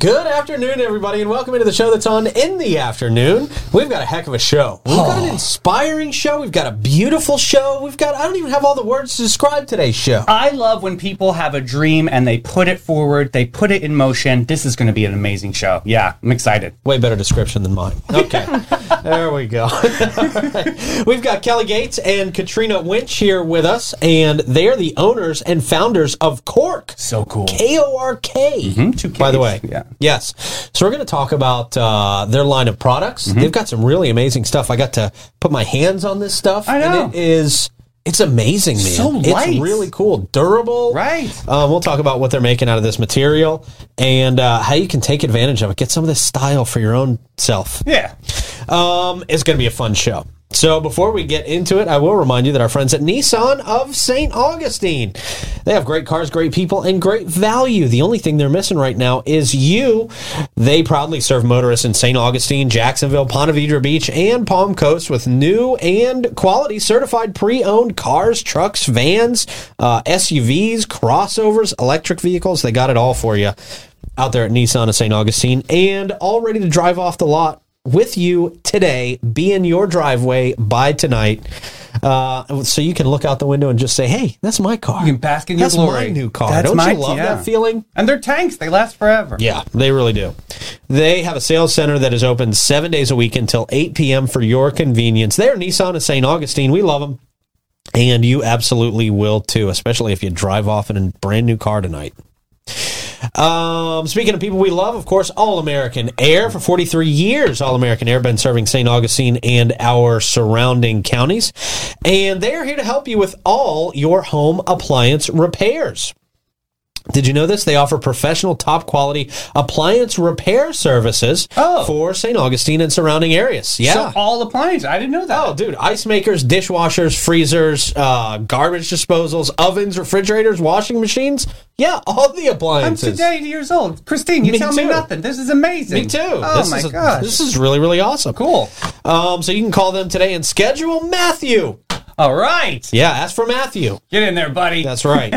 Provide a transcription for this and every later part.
Good afternoon, everybody, and welcome into the show that's on in the afternoon. We've got a heck of a show. We've got an inspiring show. We've got a beautiful show. We've got, I don't even have all the words to describe today's show. I love when people have a dream and they put it forward, they put it in motion. This is going to be an amazing show. Yeah, I'm excited. Way better description than mine. Okay. there we go. We've got Kelly Gates and Katrina Winch here with us, and they're the owners and founders of Cork. So cool. Mm-hmm. K O R K. two By the way, Ks, yeah. yes. So we're going to talk about uh, their line of products. Mm-hmm. They've got some really amazing stuff. I got to put my hands on this stuff. I know. And it is. It's amazing, man. So light. It's really cool, durable. Right. Um, we'll talk about what they're making out of this material and uh, how you can take advantage of it. Get some of this style for your own self. Yeah. Um, it's going to be a fun show. So before we get into it, I will remind you that our friends at Nissan of St. Augustine, they have great cars, great people, and great value. The only thing they're missing right now is you. They proudly serve motorists in St. Augustine, Jacksonville, Ponte Vedra Beach, and Palm Coast with new and quality certified pre-owned cars, trucks, vans, uh, SUVs, crossovers, electric vehicles. They got it all for you out there at Nissan of St. Augustine and all ready to drive off the lot with you today, be in your driveway by tonight. Uh, so you can look out the window and just say, hey, that's my car. You can bask in your That's glory. my new car. That's Don't my- you love yeah. that feeling? And they're tanks, they last forever. Yeah, they really do. They have a sales center that is open seven days a week until 8 p.m. for your convenience. They're Nissan of St. Augustine. We love them. And you absolutely will too, especially if you drive off in a brand new car tonight. Um, speaking of people we love, of course, All American Air for 43 years. All American Air been serving St. Augustine and our surrounding counties, and they are here to help you with all your home appliance repairs. Did you know this? They offer professional, top quality appliance repair services Oh. for St. Augustine and surrounding areas. Yeah. So all appliances. I didn't know that. Oh, dude, ice makers, dishwashers, freezers, uh, garbage disposals, ovens, refrigerators, washing machines. Yeah, all the I'm appliances. today years old. Christine, you Me tell me too. nothing. This is amazing. Me too. Oh this my is a- gosh. This is really, really awesome. cool. Um, so you can call them today and schedule Matthew. All right. Yeah, ask for Matthew. Get in there, buddy. That's right.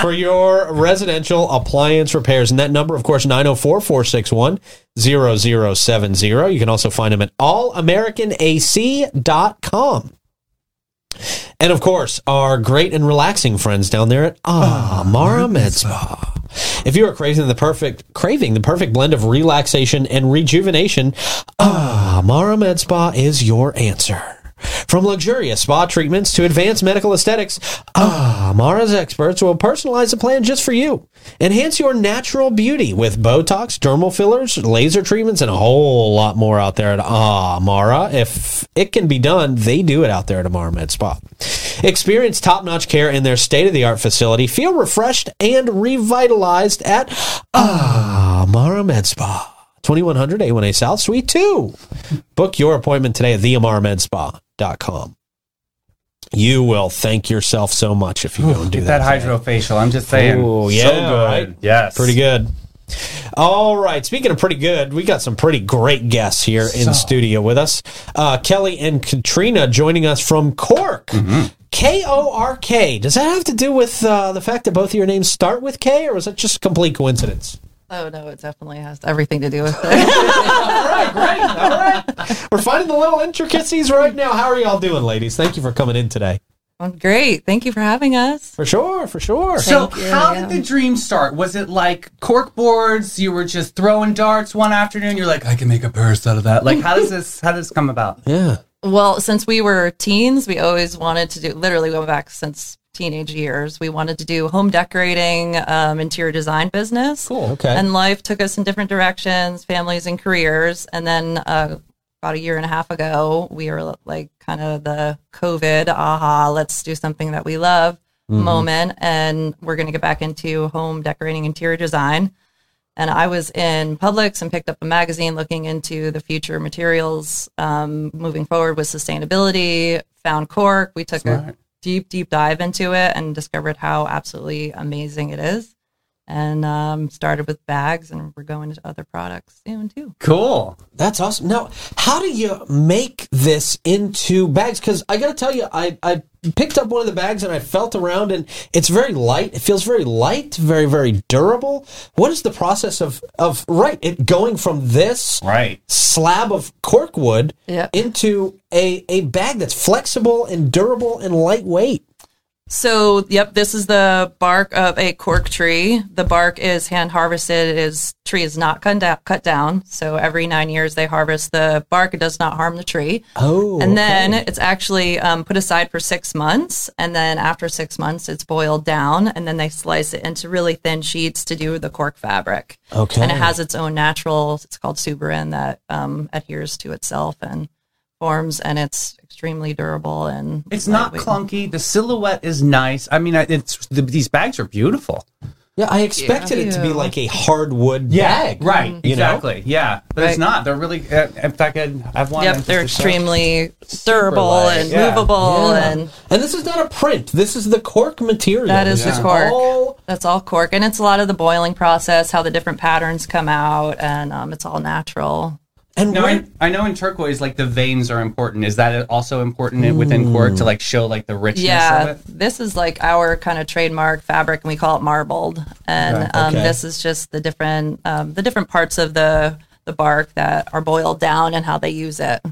for your residential appliance repairs. And that number, of course, 904 461 0070. You can also find them at allamericanac.com. And of course, our great and relaxing friends down there at Ah Mara Med Spa. If you are craving the perfect craving the perfect blend of relaxation and rejuvenation, Ah Mara Med Spa is your answer. From luxurious spa treatments to advanced medical aesthetics, Ah Mara's experts will personalize a plan just for you. Enhance your natural beauty with Botox, dermal fillers, laser treatments, and a whole lot more out there at Ah Mara. If it can be done, they do it out there at Amara Med Spa. Experience top notch care in their state of the art facility. Feel refreshed and revitalized at Amara Med Spa. 2100 A1A South Suite 2. Book your appointment today at theamaramedspa.com. You will thank yourself so much if you go and do Get that that. hydrofacial. I'm just saying. Ooh, yeah, so good. right? Yes. Pretty good. All right. Speaking of pretty good, we got some pretty great guests here in studio with us. Uh, Kelly and Katrina joining us from Cork. K O R K. Does that have to do with uh, the fact that both of your names start with K, or was that just a complete coincidence? Oh no, it definitely has everything to do with it. We're finding the little intricacies right now. How are y'all doing, ladies? Thank you for coming in today. well, great. Thank you for having us. For sure. For sure. So, Thank you, how yeah. did the dream start? Was it like cork boards? You were just throwing darts one afternoon. You're like, I can make a purse out of that. Like, how does this? How does this come about? yeah. Well, since we were teens, we always wanted to do literally going back since teenage years. We wanted to do home decorating, um, interior design business. Cool. Okay. And life took us in different directions, families and careers. And then uh, about a year and a half ago, we were like kind of the COVID, aha, let's do something that we love moment. And we're going to get back into home decorating, interior design. And I was in Publix and picked up a magazine looking into the future materials um, moving forward with sustainability. Found cork. We took a deep, deep dive into it and discovered how absolutely amazing it is. And um, started with bags, and we're going to other products soon too. Cool. That's awesome. Now, how do you make this into bags? Because I got to tell you, I, I picked up one of the bags and I felt around, and it's very light. It feels very light, very very durable. What is the process of of right it going from this Right. slab of corkwood Yep. into a a bag that's flexible and durable and lightweight? So, yep, this is the bark of a cork tree. The bark is hand harvested. It is tree is not cut down, cut down. So every nine years they harvest the bark. It does not harm the tree. Oh, and then okay. it's actually um, put aside for six months. And then after six months, it's boiled down, and then they slice it into really thin sheets to do the cork fabric. Okay. And it has its own natural. It's called suberin that um, adheres to itself and forms, and it's extremely durable and It's not lightweight. clunky. The silhouette is nice. I mean, I- it's the, these bags are beautiful. yeah, I expected it to be Ew. like a hardwood bag, Right. You know? exactly. Yeah. But it's Right. not. They're really. Uh, in fact, I'd, I've one. Yep, just they're to show. extremely durable light, and yeah. movable, Yeah. and this is not a print. This is the cork material. That is This the cork. all- that's all cork. And it's a lot of the boiling process, how the different patterns come out, and um, it's all natural. and No, where- I, I know in turquoise, like the veins are important. Is that also important in within cork to like show like the richness Yeah, of it? this is like our kind of trademark fabric, and we call it marbled. And Okay. um, Okay. this is just the different um, the different parts of the the bark that are boiled down and how they use it.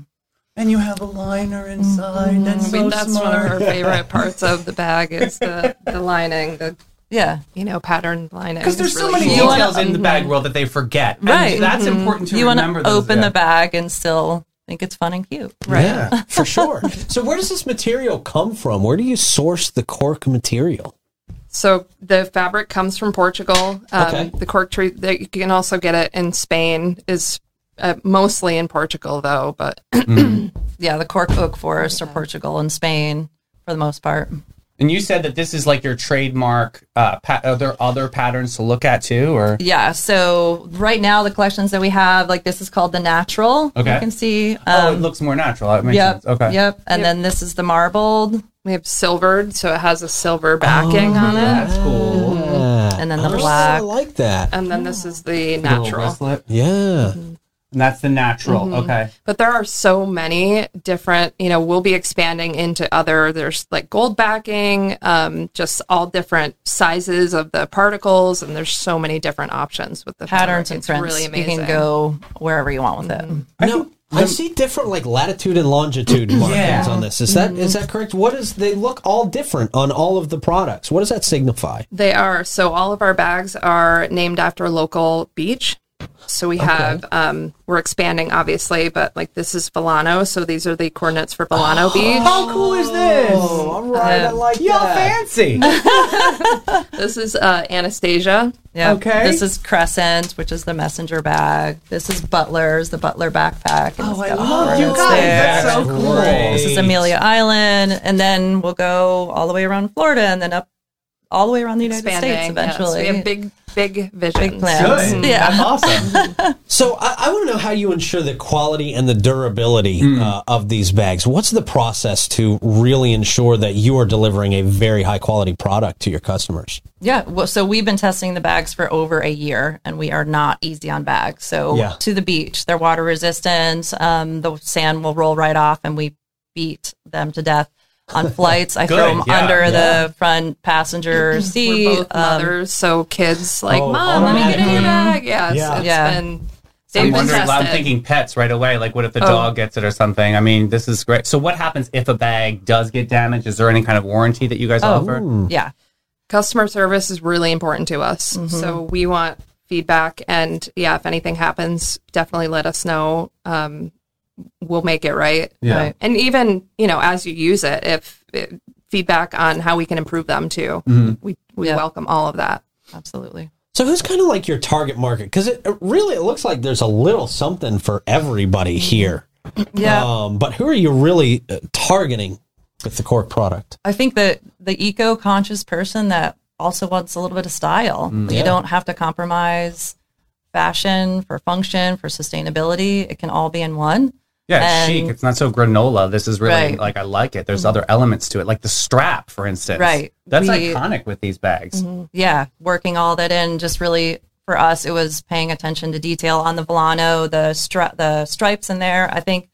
And you have a liner inside. That's Mm-hmm. I mean, that's one of her favorite parts of the bag is the, the lining, the Yeah, you know pattern lining. Because there's is so really many cool. wanna- details in the Mm-hmm. bag world that they forget. And Right. that's important to you want remember. to those, open yeah. the bag and still think it's fun and cute. Right. Yeah, for sure. So where does this material come from? Where do you source the cork material? So the fabric comes from Portugal. Um, Okay. The cork tree that you can also get it in Spain is uh, mostly in Portugal though, but Yeah, the cork oak forest or Portugal and Spain for the most part. And you said that this is like your trademark. Uh, pa- are there other patterns to look at too, or Yeah. So right now the collections that we have, like this is called the natural. Okay. You can see. Um, oh, it looks more natural. That makes yep. sense. Okay. Yep. And then this is the marbled, we have silvered, so it has a silver Oh, backing on it. That's cool. Mm-hmm. and then the I black. Uh, like that. And then this is the Little natural. wristlet. Yeah. And that's the natural. Okay. But there are so many different, you know, we'll be expanding into other, there's like gold backing, um, just all different sizes of the particles. And there's so many different options with the patterns fabric. and It's prints. really you amazing. Mm-hmm. can go wherever you want with it. No, I see different like latitude and longitude markings on this. Is that Mm-hmm. is that correct? What is they look all different on all of the products? What does that signify? They are. So all of our bags are named after local beach. So we have, um, we're expanding obviously, but like this is Volano. So these are the coordinates for Volano Beach. How cool is this? Oh, all right, Um, I like Y'all fancy. This is uh, Anastasia. Yeah. Okay. This is Crescent, which is the messenger bag. This is Butler's, the Butler backpack. Oh, I love you guys. That's so That's cool. great. This is Amelia Island, and then we'll go all the way around Florida, and then up all the way around the United States Expanding. yes. eventually. we have big, big visions. Mm-hmm. Big plans. Good. Yeah. That's awesome. So I, I want to know how you ensure the quality and the durability uh, of these bags. What's the process to really ensure that you are delivering a very high quality product to your customers? Yeah. Well, so we've been testing the bags for over a year, and we are not easy on bags. So Yeah. to the beach, they're water resistant. Um, the sand will roll right off, and we beat them to death on flights. I throw Good, them yeah, under the front passenger seat. We're both Um, mothers, so kids like, Oh, mom, let me get in your automatically. bag. Yes, yeah, it's Yeah. been. I'm They've been wondering. I'm tested. thinking pets right away. Like, what if the Oh. dog gets it or something? I mean, this is great. So, what happens if a bag does get damaged? Is there any kind of warranty that you guys Oh. offer? yeah. Customer service is really important to us, so we want feedback. And yeah, if anything happens, definitely let us know. Um, we'll make it right. Yeah. Right. And even you know, as you use it, if it, feedback on how we can improve them too, we we Yeah. welcome all of that. Absolutely. So who's kind of like your target market? Because it, it really it looks like there's a little something for everybody Mm-hmm. here. Uh, Yeah. Um, but who are you really uh, targeting with the cork product? I think that the eco conscious person that also wants a little bit of style. Hmm. yeah. You don't have to compromise fashion for function, for sustainability. It can all be in one. Yeah, it's And- chic. It's not so granola. This is really Right. like I like it. There's other elements to it, like the strap, for instance. Right. That's We- Mm-hmm. iconic with these bags. yeah, working all that in just really for us it was paying attention to detail on the Volano, the stri- the stripes in there. I think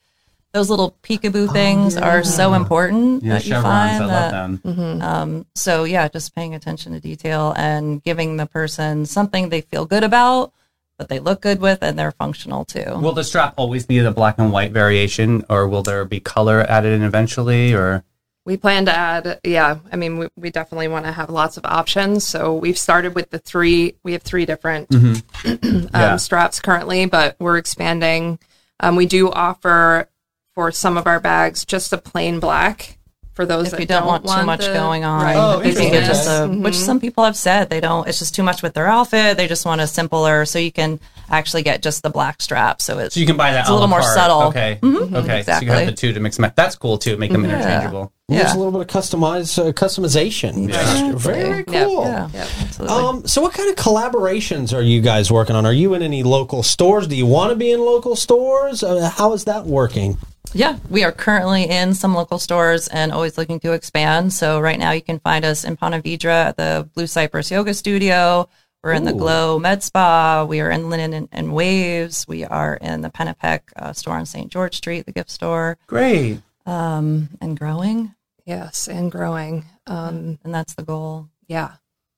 those little peekaboo things are so important. Oh, Yeah, that you chevrons. find I love that- them. Um, so yeah, just paying attention to detail and giving the person something they feel good about, that they look good with, and they're functional too. Will the strap always be the black and white variation, or will there be color added in eventually? Or We plan to add, yeah, I mean, we, we definitely want to have lots of options. So we've started with the three, we have three different um, Mm-hmm. Yeah. straps currently, but we're expanding. Um, we do offer for some of our bags just a plain black for those if that you don't, want, too much the- going on, Right. Oh, that they can interesting. get just a, Mhm. which some people have said they don't. It's just too much with their outfit. They just want a simpler, so you can actually get just the black strap. So it's so you can buy that It's a little la more carte. subtle. Okay, Mm-hmm. okay. So you can Exactly. have the two to mix. and match. That's cool too. Make them Yeah. interchangeable. There's yeah, a little bit of customize, uh, customization. Yeah. Very Yeah. cool. yeah, absolutely. Um, so what kind of collaborations are you guys working on? Are you in any local stores? Do you want to be in local stores? Uh, how is that working? Yeah, we are currently in some local stores and always looking to expand. So right now you can find us in Ponte Vedra at the Blue Cypress Yoga Studio. We're in the Ooh. Glow Med Spa. We are in Linen and, and Waves. We are in the Penapec uh, store on St. George Street, the gift store, Great. um, and growing. Yes, and growing. Um, And that's the goal. yeah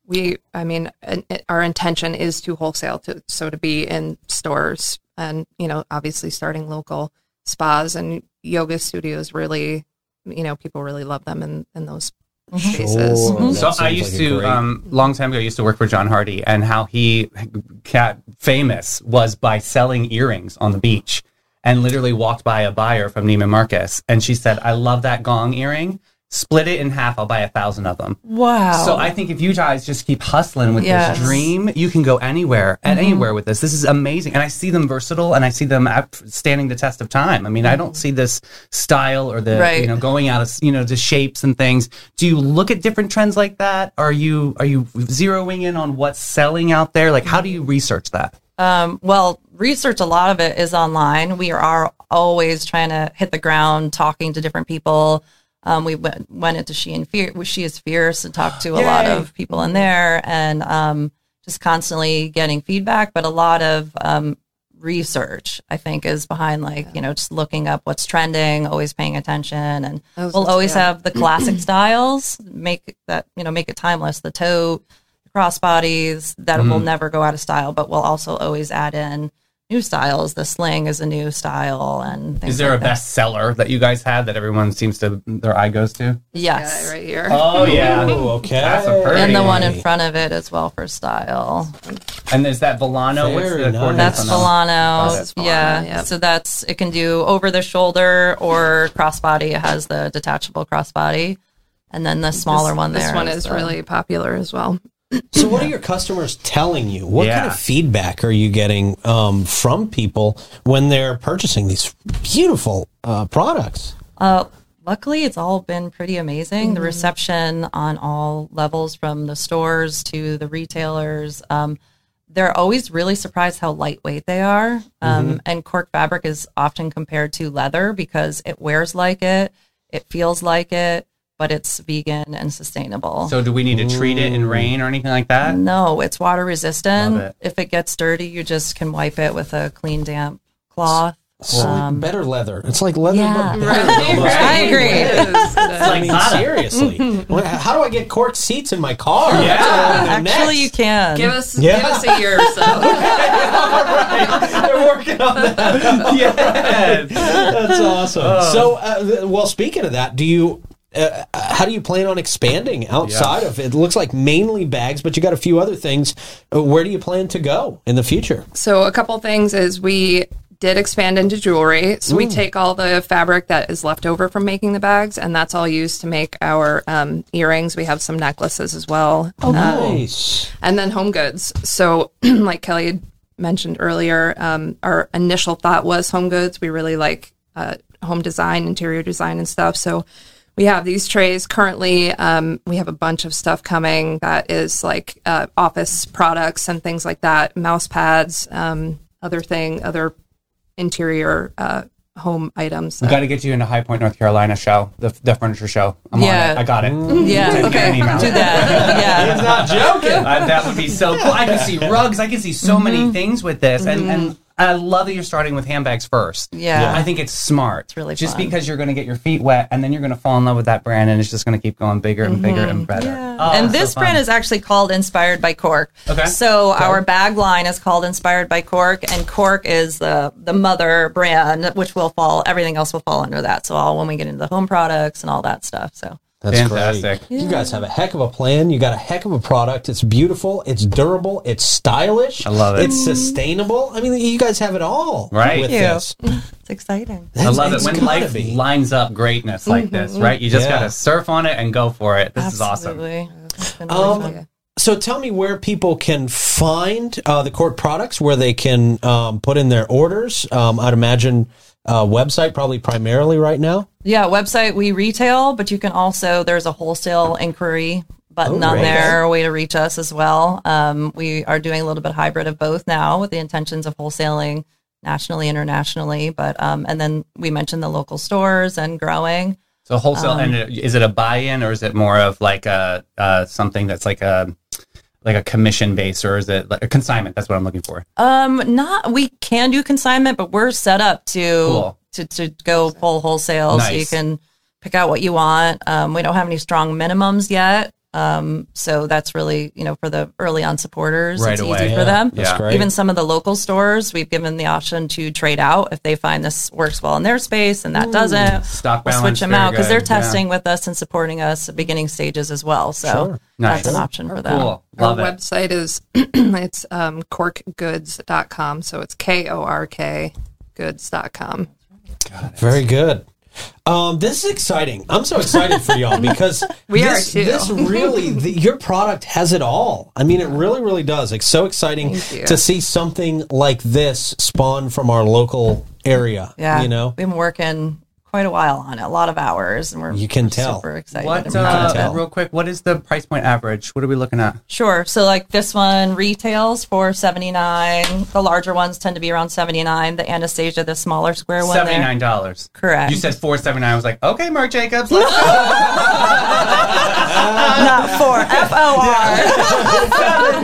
we i mean an- our intention is to wholesale to so to be in stores and you know obviously starting local spas and yoga studios really you know people really love them in in those spaces Mm-hmm. Sure. That So sounds I like used a to, great- um, long time ago, I used to work for John Hardy, and how he got famous was by selling earrings on the beach. And literally walked by a buyer from Neiman Marcus, and she said, "I love that gong earring. Split it in half. I'll buy a thousand of them." Wow. So I think if you guys just keep hustling with Oh. Yes. Mm-hmm. this dream, you can go anywhere and anywhere with this. This is amazing, and I see them versatile, and I see them out- standing the test of time. I mean, I don't see this style or the Mm-hmm. Right. you know going out of you know the shapes and things. Do you look at different trends like that? Are you are you zeroing in on what's selling out there? Like, how do you research that? Um, well, research, a lot of it is online. We are always trying to hit the ground, talking to different people. Um, we went, went into She and Fear, well, She is Fierce, and talked to a lot Yay. of people in there, and um, just constantly getting feedback. But a lot of um, research, I think, is behind like you know just looking up what's trending, always paying attention, and I was we'll gonna say always that. have the classic styles. Make that you know make it timeless. The tote crossbodies that Mm-hmm. will never go out of style, but we'll also always add in new styles. The sling is a new style, and things Is there like a bestseller that you guys have that everyone seems to their eye goes to? That. yeah, Yes, right here Oh yeah, Ooh, okay. That's a pretty- and the one in front of it as well for style. and is that Volano? What's the Very nice. coordinates That's on that one? Volano. This is Volano, yeah. yep. So that's it can do over the shoulder or crossbody. It has the detachable crossbody, and then the smaller this, one there. this one is the- really popular as well So what are your customers telling you? What Yeah. kind of feedback are you getting um, from people when they're purchasing these beautiful uh, products? Uh, luckily, it's all been pretty amazing. Mm-hmm. The reception on all levels, from the stores to the retailers, um, they're always really surprised how lightweight they are. Um, Mm-hmm. And cork fabric is often compared to leather because it wears like it, it feels like it, but it's vegan and sustainable. So do we need to treat it in rain or anything like that? no, it's water resistant. Love it. If it gets dirty, you just can wipe it with a clean, damp cloth. It's like better leather. It's like leather, Um, yeah. but better. almost. I agree. It is, uh, I mean, seriously. Well, How do I get cork seats in my car? Yeah. Actually, you can. give us Yeah. give us a year or so They're working on that. yes. That's awesome. So, uh, th- well, speaking of that, do you? Uh, uh, how do you plan on expanding outside of? It looks like mainly bags, but you got a few other things. Uh, where do you plan to go in the future? So a couple things is we did expand into jewelry. So we take all the fabric that is left over from making the bags, and that's all used to make our um, earrings. We have some necklaces as well, Oh, nice. and then home goods. So like Kelly had mentioned earlier, um, our initial thought was home goods. We really like uh, home design, interior design, and stuff. So we have these trays currently. Um, we have a bunch of stuff coming that is like uh, office products and things like that, mouse pads, um, other thing, other interior uh, home items. We got to get you into High Point, North Carolina show, the, the furniture show. I'm Yeah. on it. I got it. Yeah. Send me Okay. an email. Do that. Yeah. Mm-hmm. It's not joking. Uh, that would be so cool. I can see rugs. I can see so many things with this. And, and I love that you're starting with handbags first. Yeah. Yeah. I think it's smart. It's really just fun. because you're going to get your feet wet, and then you're going to fall in love with that brand, and it's just going to keep going bigger and bigger and better. Oh, Mm-hmm. and it's so this fun. brand is actually called Inspired by Cork. Okay. So our bag line is called Inspired by Cork, and Cork is the the mother brand, which will fall. Everything else will fall under that. So all when we get into the home products and all that stuff. So That's Fantastic. great. You guys have a heck of a plan. You got a heck of a product. It's beautiful. It's durable. It's stylish. I love it. It's sustainable. I mean, you guys have it all Right. with Thank you. this. it's exciting. I love it It's when gotta life be. lines up greatness like this, right? You just Yeah. got to surf on it and go for it. This is awesome. Absolutely. It's been really Um, fun. So tell me where people can find uh, the court products, where they can um, put in their orders. Um, I'd imagine uh, website probably primarily right now. Yeah, website we retail, but you can also there's a wholesale inquiry button Oh, on right. there, a way to reach us as well. Um, we are doing a little bit hybrid of both now with the intentions of wholesaling nationally, internationally, but um, and then we mentioned the local stores and growing. So wholesale, and it- is it a buy-in or is it more of like a uh, something that's like a like a commission base or is it like a consignment? That's what I'm looking for. Um, not we can do consignment, but we're set up to Cool. to, to go full wholesale, so you Nice. can pick out what you want. Um, we don't have any strong minimums yet, um, so that's really you know for the early on supporters, Right it's away. easy for them. That's Yeah. great. Even some of the local stores, we've given the option to trade out if they find this works well in their space and that doesn't. Stock We'll balance, switch them very out because they're good. Yeah. testing with us and supporting us at beginning stages as well. So Sure. Nice. that's an option for them. Cool, Our love it. website is it's um, corkgoods.com. So it's K O R K goods.com. Very good. Um, this is exciting. I'm so excited for y'all because We are this, too. this really, the, your product has it all. I mean, it really, really does. It's so exciting Thank you. to see something like this spawn from our local area. Yeah. You know, we've been working quite a while on it, a lot of hours, and we're You can we're tell. super excited. What about it. uh, tell. real quick? What is the price point average? What are we looking at? Sure. So like this one retails for seventy nine. The larger ones tend to be around seventy nine. The Anastasia, the smaller square one, Seventy there. nine dollars. Correct. You said four seventy nine. I was like, okay, Mark Jacobs. Let's go. not four. Uh, F O R.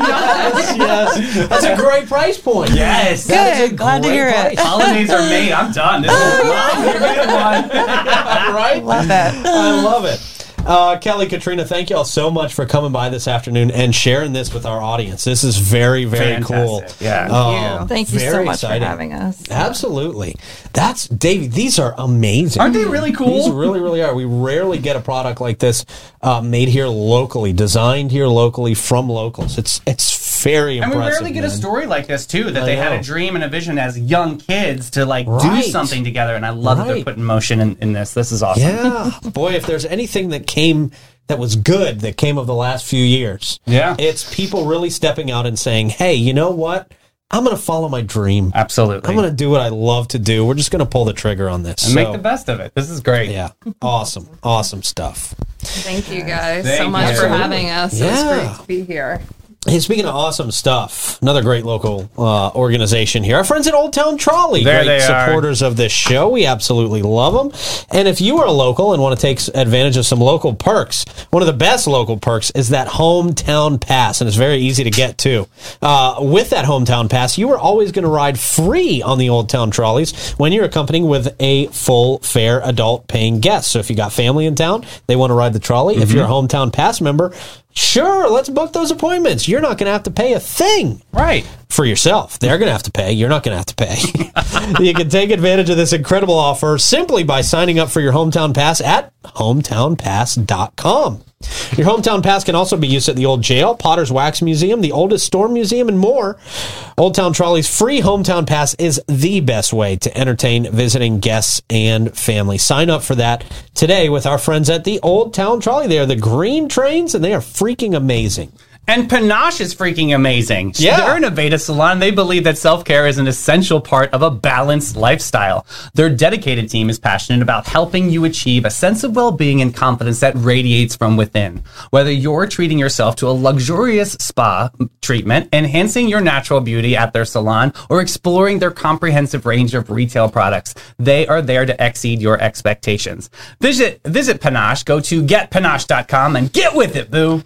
yes, yes. That's a great price point. Yes. That is a Good. Glad to great hear it. price. Holidays are made. I'm done. This is a good one. right? Love it. I love it. Uh, Kelly, Katrina, thank y'all so much for coming by this afternoon and sharing this with our audience. This is very, very cool. Fantastic. Yeah. Um, Thank you so very much exciting. for having us. Absolutely. That's Davey. These are amazing. Aren't they really These cool? really, really are. We rarely get a product like this uh, made here locally, designed here locally from locals. It's it's very And we impressive. rarely get a man. story like this too. That I they had know. a dream and a vision as young kids to like Right. do something together. And I love that they're Right. putting motion in, in this. This is awesome. Yeah. Boy, if there's anything that came that was good that came of the last few years, Yeah. it's people really stepping out and saying, hey, you know what? I'm going to follow my dream. Absolutely. I'm going to do what I love to do. We're just going to pull the trigger on this. and So, make the best of it. This is great. Yeah. Awesome. Awesome stuff. Thank you guys so Thank much you. for having us. It Yeah. was great to be here. Hey, speaking of awesome stuff, another great local uh, organization here. Our friends at Old Town Trolley, There great they are. supporters of this show. We absolutely love them. And if you are a local and want to take s- advantage of some local perks, one of the best local perks is that hometown pass, and it's very easy to get too. Uh, with that hometown pass, you are always going to ride free on the Old Town Trolleys when you're accompanying with a full fare adult paying guest. So if you got family in town, they want to ride the trolley. If you're a hometown pass member. Sure, let's book those appointments. You're not going to have to pay a thing Right. for yourself. They're going to have to pay. You're not going to have to pay. you can take advantage of this incredible offer simply by signing up for your hometown pass at hometownpass.com. Your hometown pass can also be used at the old jail, Potter's Wax Museum, the oldest storm museum, and more. Old Town Trolley's free hometown pass is the best way to entertain visiting guests and family. Sign up for that today with our friends at the Old Town Trolley. They are the green trains, and they are freaking amazing. And Panache is freaking amazing. Yeah. They're an Aveda salon. They believe that self care is an essential part of a balanced lifestyle. Their dedicated team is passionate about helping you achieve a sense of well being and confidence that radiates from within. Whether you're treating yourself to a luxurious spa treatment, enhancing your natural beauty at their salon, or exploring their comprehensive range of retail products, they are there to exceed your expectations. Visit, visit Panache. Go to getpanache.com and get with it, boo.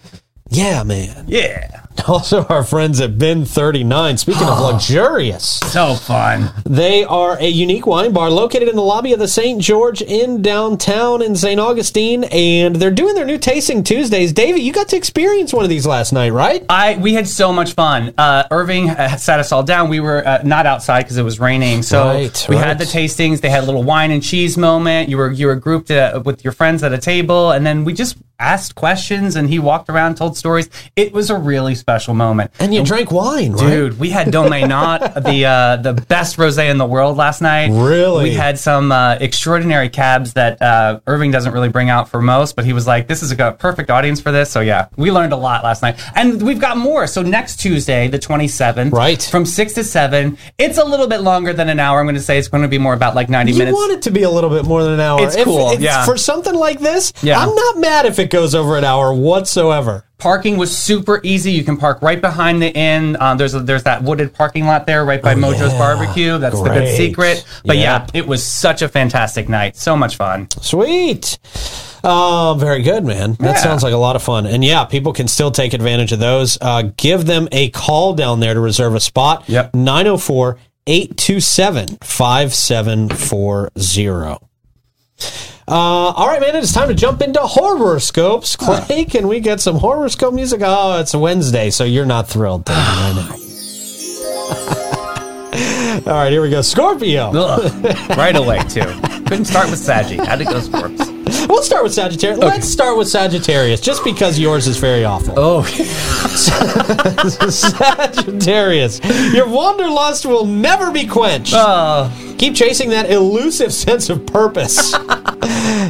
Yeah, man. Yeah. Also, our friends at Ben 39, speaking of luxurious, So fun. they are a unique wine bar located in the lobby of the St. George in downtown in St. Augustine, and they're doing their new Tasting Tuesdays. David, you got to experience one of these last night, right? I we had so much fun. Uh, Irving uh, sat us all down. We were uh, not outside because it was raining, so Right, we right. had the tastings. They had a little wine and cheese moment. You were you were grouped uh, with your friends at a table, and then we just asked questions, and he walked around, told stories. It was a really special moment. And you drank wine, right? Dude, we had Domain Not, the uh, the best rosé in the world last night. Really? we had some uh, extraordinary cabs that uh, Irving doesn't really bring out for most, but he was like, "This is a perfect audience for this." So yeah, we learned a lot last night, and we've got more. So next Tuesday, the twenty seventh, Right. from six to seven. It's a little bit longer than an hour. I'm going to say it's going to be more about like ninety You minutes. want it to be a little bit more than an hour. It's cool, yeah. For something like this, Yeah. I'm not mad if it goes over an hour whatsoever. Parking was super easy. You can park right behind the inn. Um, there's a, there's that wooded parking lot there, right by Mojo's yeah. Barbecue. That's the Great. good secret. But Yep. Oh, yeah, it was such a fantastic night. So much fun. Sweet. Um, very good, man. That Yeah. sounds like a lot of fun. And yeah, people can still take advantage of those. Uh, give them a call down there to reserve a spot. Yep. 904 827 5740. Uh, all right, man, it is time to jump into horoscopes. Clay, can we get some horoscope music? Oh, it's Wednesday, so you're not thrilled. David, I know. all right, here we go. Scorpio. Ugh. right away too. Couldn't start with Saji. How'd it go, Scorps? We'll start with Sagittarius. Let's start with Sagittarius, just because yours is very awful. Oh, Sagittarius, your wanderlust will never be quenched. Uh. Keep chasing that elusive sense of purpose.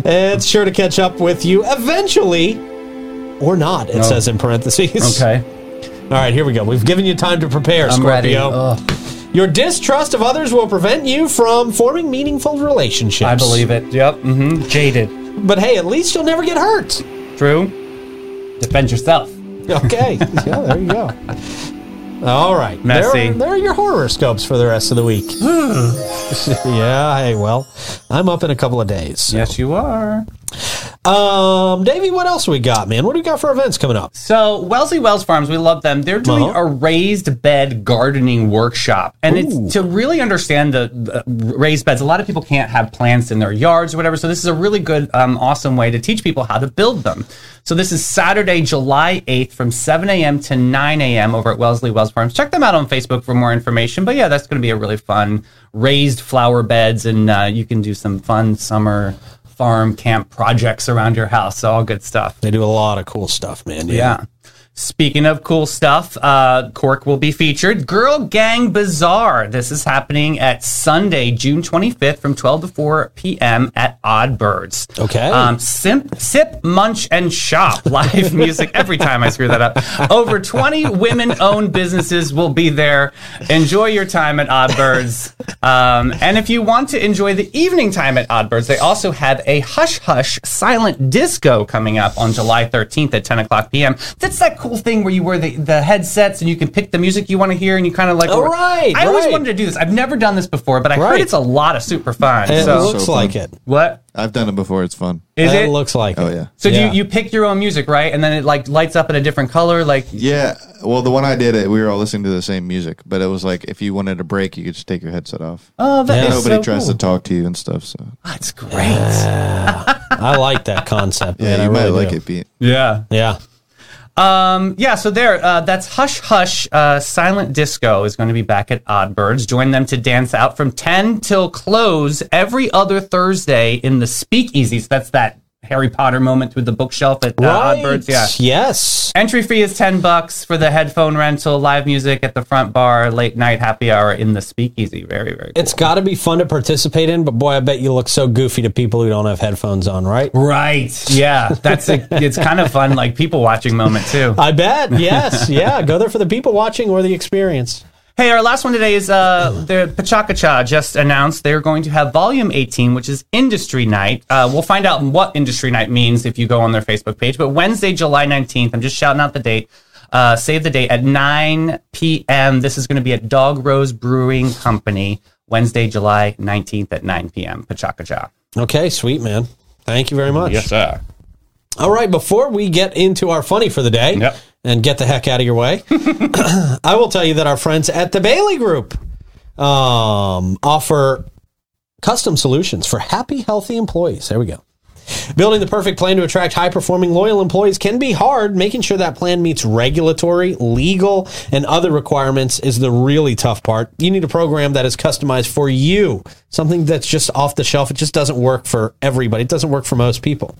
it's sure to catch up with you eventually, or not. It says in parentheses. Oh. okay. All right, here we go. We've given you time to prepare, I'm ready. Uh. Scorpio. Ugh. Your distrust of others will prevent you from forming meaningful relationships. I believe it. Yep. Mm-hmm. Jaded. But hey, at least you'll never get hurt. True. Defend yourself. Okay. Yeah, there you go. All right. Messy. There are, there are your horoscopes for the rest of the week. yeah, hey, well, I'm up in a couple of days. Yes, you are. Um, Davey, what else we got, man? What do we got for events coming up? So Wellesley Wells Farms, we love them. They're doing Uh-huh. a raised bed gardening workshop, and it's to really understand the, the raised beds. A lot of people can't have plants in their yards or whatever, so this is a really good, um, awesome way to teach people how to build them. So this is Saturday, July eighth, from seven a.m. to nine a.m. over at Wellesley Wells Farms. Check them out on Facebook for more information. But yeah, that's going to be a really fun raised flower beds, and uh, you can do some fun summer farm camp projects around your house. So all good stuff. They do a lot of cool stuff, man. Yeah. Speaking of cool stuff, uh, Cork will be featured. Girl Gang Bazaar. This is happening at Sunday, June 25th from 12 to 4 p.m. at Oddbirds. Okay. Um, simp, sip, munch, and shop. Live music every time I screw that up. Over 20 women owned businesses will be there. Enjoy your time at Oddbirds. Um, and if you want to enjoy the evening time at Oddbirds, they also have a hush hush silent disco coming up on July 13th at 10 o'clock p.m. That's that cool thing where you wear the, the headsets and you can pick the music you want to hear and you kind of like. Oh, right, I always right. wanted to do this. I've never done this before, but I Right. heard it's a lot of super fun. It so, looks So like fun. it. what? I've done it before. It's fun. Is it, it? looks like Oh it. yeah. So Yeah. do you, you pick your own music, right? And then it like lights up in a different color, like Yeah. Well, the one I did, it, we were all listening to the same music, but it was like if you wanted a break, you could just take your headset off. oh, that Yeah. is Nobody so tries cool. to talk to you and stuff. So That's great. I like that concept, yeah, man. I you might really like do. it, Pete. Yeah. Yeah. Um, yeah, so there, uh, that's Hush Hush. Uh, Silent Disco is going to be back at Oddbirds. Join them to dance out from 10 till close every other Thursday in the speakeasies. That's that Harry Potter moment with the bookshelf at uh, Oddbirds. Yeah. Yes. Entry fee is 10 bucks for the headphone rental, live music at the front bar, late night happy hour in the speakeasy. Very, very cool. It's got to be fun to participate in, but boy, I bet you look so goofy to people who don't have headphones on, right? Right. Yeah. That's a, it's kind of fun, like people watching moment too. I bet. Yes. yeah. Go there for the people watching or the experience. Hey, our last one today is uh, the Pachacacha just announced they're going to have Volume 18, which is Industry Night. Uh, we'll find out what Industry Night means if you go on their Facebook page. But Wednesday, July 19th, I'm just shouting out the date. Uh, save the date at 9 p.m. This is going to be at Dog Rose Brewing Company, Wednesday, July 19th at 9 p.m. Pachacacha. Okay, sweet man. Thank you very much. sir. All right, before we get into our funny for the day, Yep. and get the heck out of your way. I will tell you that our friends at the Bailey Group um, offer custom solutions for happy, healthy employees. There we go. Building the perfect plan to attract high performing, loyal employees can be hard. Making sure that plan meets regulatory, legal, and other requirements is the really tough part. You need a program that is customized for you, something that's just off the shelf. It just doesn't work for everybody, it doesn't work for most people.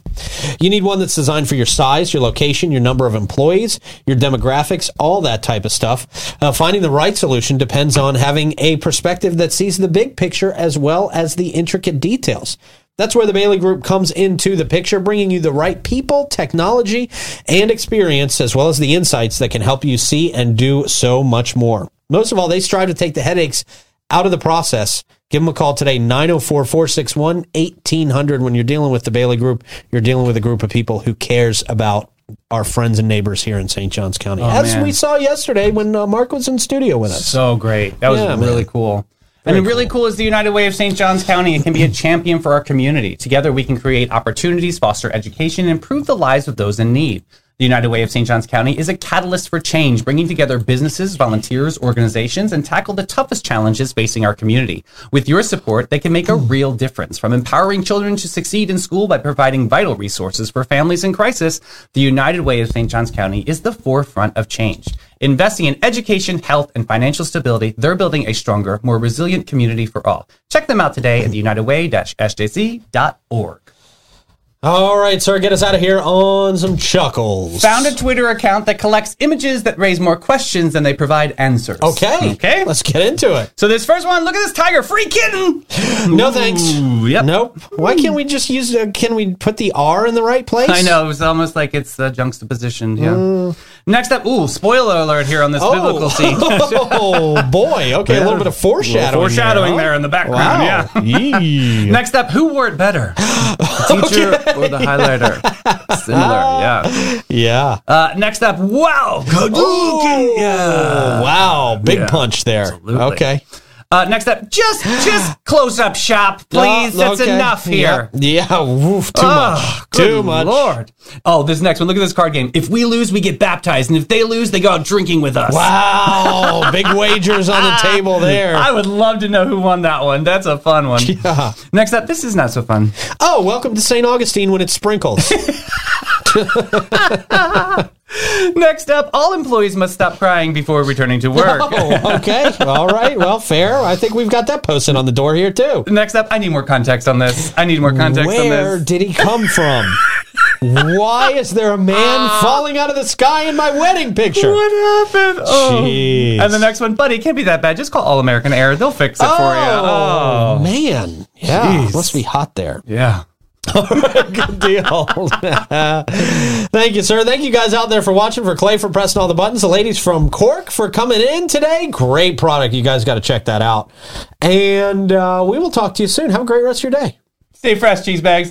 You need one that's designed for your size, your location, your number of employees, your demographics, all that type of stuff. Uh, finding the right solution depends on having a perspective that sees the big picture as well as the intricate details. That's where the Bailey Group comes into the picture, bringing you the right people, technology, and experience, as well as the insights that can help you see and do so much more. Most of all, they strive to take the headaches out of the process. Give them a call today, 904 461 1800. When you're dealing with the Bailey Group, you're dealing with a group of people who cares about our friends and neighbors here in St. Johns County, as Oh, man. we saw yesterday when uh, Mark was in studio with us. So great. That was Yeah, man. really cool. and really cool is the United Way of St. John's County. It can be a champion for our community. Together, we can create opportunities, foster education, and improve the lives of those in need. The United Way of St. John's County is a catalyst for change, bringing together businesses, volunteers, organizations, and tackle the toughest challenges facing our community. With your support, they can make a Hmm. real difference. From empowering children to succeed in school by providing vital resources for families in crisis, the United Way of St. John's County is the forefront of change. Investing in education, health, and financial stability, they're building a stronger, more resilient community for all. Check them out today at theunitedway-sjc.org. All right, sir, get us out of here on some chuckles. Found a Twitter account that collects images that raise more questions than they provide answers. Okay. Okay. Let's get into it. so this first one, look at this tiger, free kitten. No thanks. Ooh, yep. Nope. Why can't we just use? Uh, can we put the R in the right place? I know it was almost like it's uh, juxtaposition. Yeah. Mm. Next up, ooh, spoiler alert here on this biblical scene. oh boy. Okay, a little bit of foreshadowing. foreshadowing there in the background. Yeah. Wow. Yeah. Next up, who wore it better? The teacher or the highlighter? Similar, yeah. yeah. Uh, next up, wow, good looking. Yeah. Oh, Wow. Big Yeah. punch there. Absolutely. Okay. Uh, next up, just just close up shop, please. Oh, That's okay. enough here. Yep. Yeah. Woof, too Oh, much. Too good much. Lord. Oh, this next one. Look at this card game. If we lose, we get baptized, and if they lose, they go out drinking with us. Wow. Big wagers on the table there. I would love to know who won that one. That's a fun one. Yeah. Next up, this is not so fun. Oh, welcome to St. Augustine when it sprinkles. Next up, all employees must stop crying before returning to work. oh, okay. All right. Well, fair. I think we've got that posted on the door here too. Next up, I need more context on this. I need more context on Where this. did he come from? Why is there a man falling out of the sky in my wedding picture? Uh, What happened? Oh. Jeez. And the next one, buddy, it can't be that bad. Just call All American Air. They'll fix it for you. Oh, Oh. man. Yeah. Jeez. Must be hot there. Yeah. Good deal. Thank you, sir. Thank you guys out there for watching, for Clay for pressing all the buttons, the ladies from Cork for coming in today. Great product. You guys got to check that out. And uh, we will talk to you soon. Have a great rest of your day. Stay fresh, cheese bags.